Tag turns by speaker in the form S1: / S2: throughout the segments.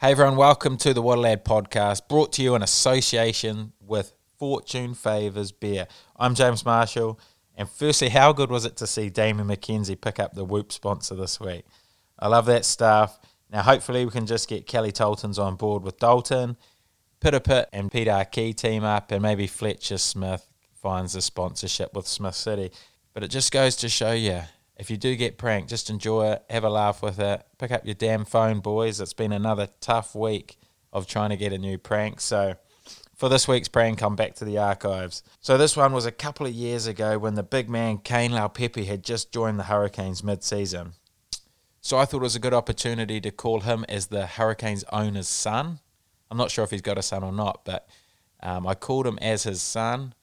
S1: Hey everyone, welcome to the What a Lad podcast, brought to you in association with Fortune Favours Beer. I'm James Marshall, and firstly, how good was it to see Damien McKenzie pick up the Whoop sponsor this week? I love that stuff. Now, hopefully, we can just get Kelly Tolton's on board with Dalton, Pitter Pitt and Peter Key team up, and maybe Fletcher Smith finds a sponsorship with Smith City. But it just goes to show you if you do get pranked, just enjoy it, have a laugh with it, pick up your damn phone, boys. It's been another tough week of trying to get a new prank. So, for this week's prank, I'm back to the archives. So, this one was a couple of years ago when the big man Kane Laupepe had just joined the Hurricanes mid season. So, I thought it was a good opportunity to call him as the Hurricanes owner's son. I'm not sure if he's got a son or not, but um, I called him as his son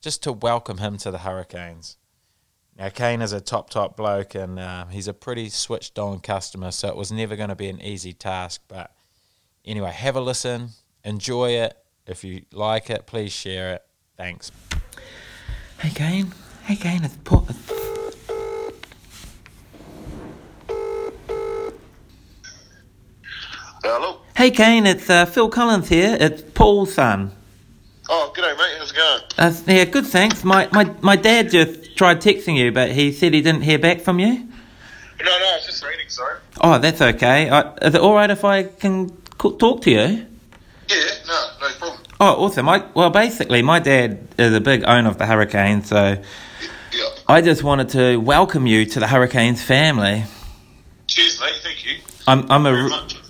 S1: just to welcome him to the Hurricanes. Now, Kane is a top, top bloke and uh, he's a pretty switched on customer, so it was never going to be an easy task. But anyway, have a listen, enjoy it. If you like it, please share it. Thanks. Hey, Kane. Hey, Kane. It's Paul.
S2: Hello.
S1: Hey, Kane. It's uh, Phil Collins here. It's Paul's son.
S2: Oh, g'day, mate. How's it going?
S1: Uh, yeah, good, thanks. My, my, my dad just tried texting you, but he said he didn't hear back from you.
S2: No, no, it's just reading, sorry.
S1: Oh, that's okay. I, is it all right if I can co- talk to you?
S2: Yeah, no, no problem.
S1: Oh, awesome. I, well, basically, my dad is a big owner of the Hurricanes, so
S2: Yeah.
S1: I just wanted to welcome you to the Hurricanes family.
S2: Cheers, mate. Thank you.
S1: I'm, I'm, a,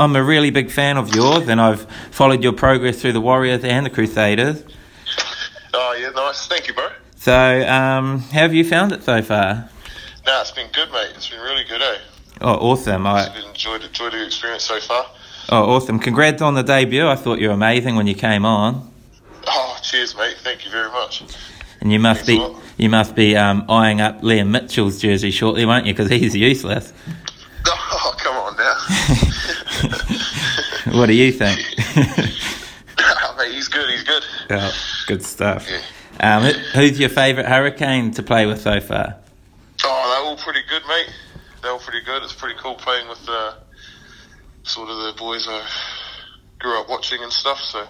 S1: I'm a really big fan of yours, and I've followed your progress through the Warriors and the Crusaders.
S2: Oh, yeah, nice. Thank you, bro.
S1: So, um, how have you found it so far?
S2: No, it's been good, mate. It's been really good, eh?
S1: Oh, awesome.
S2: It's
S1: I,
S2: been enjoyed, enjoyed the experience so far.
S1: oh, awesome. Congrats on the debut. I thought you were amazing when you came on.
S2: Oh, cheers, mate. Thank you very much.
S1: And you must be
S2: Thanks a lot.
S1: you must be um, eyeing up Liam Mitchell's jersey shortly, won't you? Because he's useless.
S2: Oh, come on now.
S1: what do you think?
S2: mate, he's good. He's good.
S1: oh, good stuff. Um, who- who's your favourite Hurricane to play with so far?
S2: Oh, they're all pretty good, mate. They're all pretty good. It's pretty cool playing with uh, sort of the boys I grew up watching and stuff. So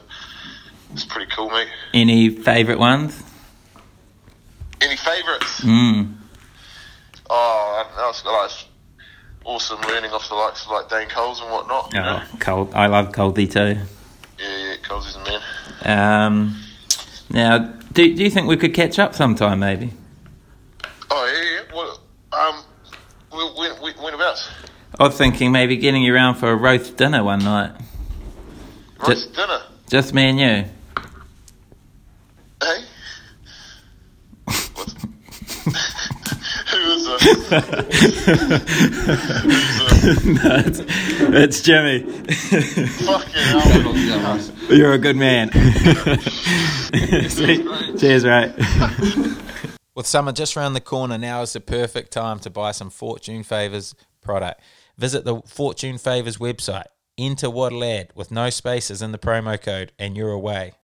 S2: it's pretty cool, mate.
S1: Any favourite ones?
S2: Any favourites?
S1: Mm.
S2: Oh, I don't know. It's got, like awesome learning off the likes of like Dane Coles and whatnot. you know?
S1: Oh, cold. I love Coldy too.
S2: Yeah, yeah, Coles is a man.
S1: Um, now, do, do you think we could catch up sometime, maybe?
S2: Oh yeah, yeah. Well, um, when when when about?
S1: I was thinking maybe getting you round for a roast dinner one night.
S2: Roast dinner.
S1: Just me and you.
S2: Hey. What? Who is that?
S1: no, it's, it's Jimmy.
S2: Fucking hell. Yeah,
S1: You're a good man. Cheers, right? With summer just round the corner, now is the perfect time to buy some Fortune Favors product. Visit the Fortune Favors website, enter what lad with no spaces in the promo code, and you're away.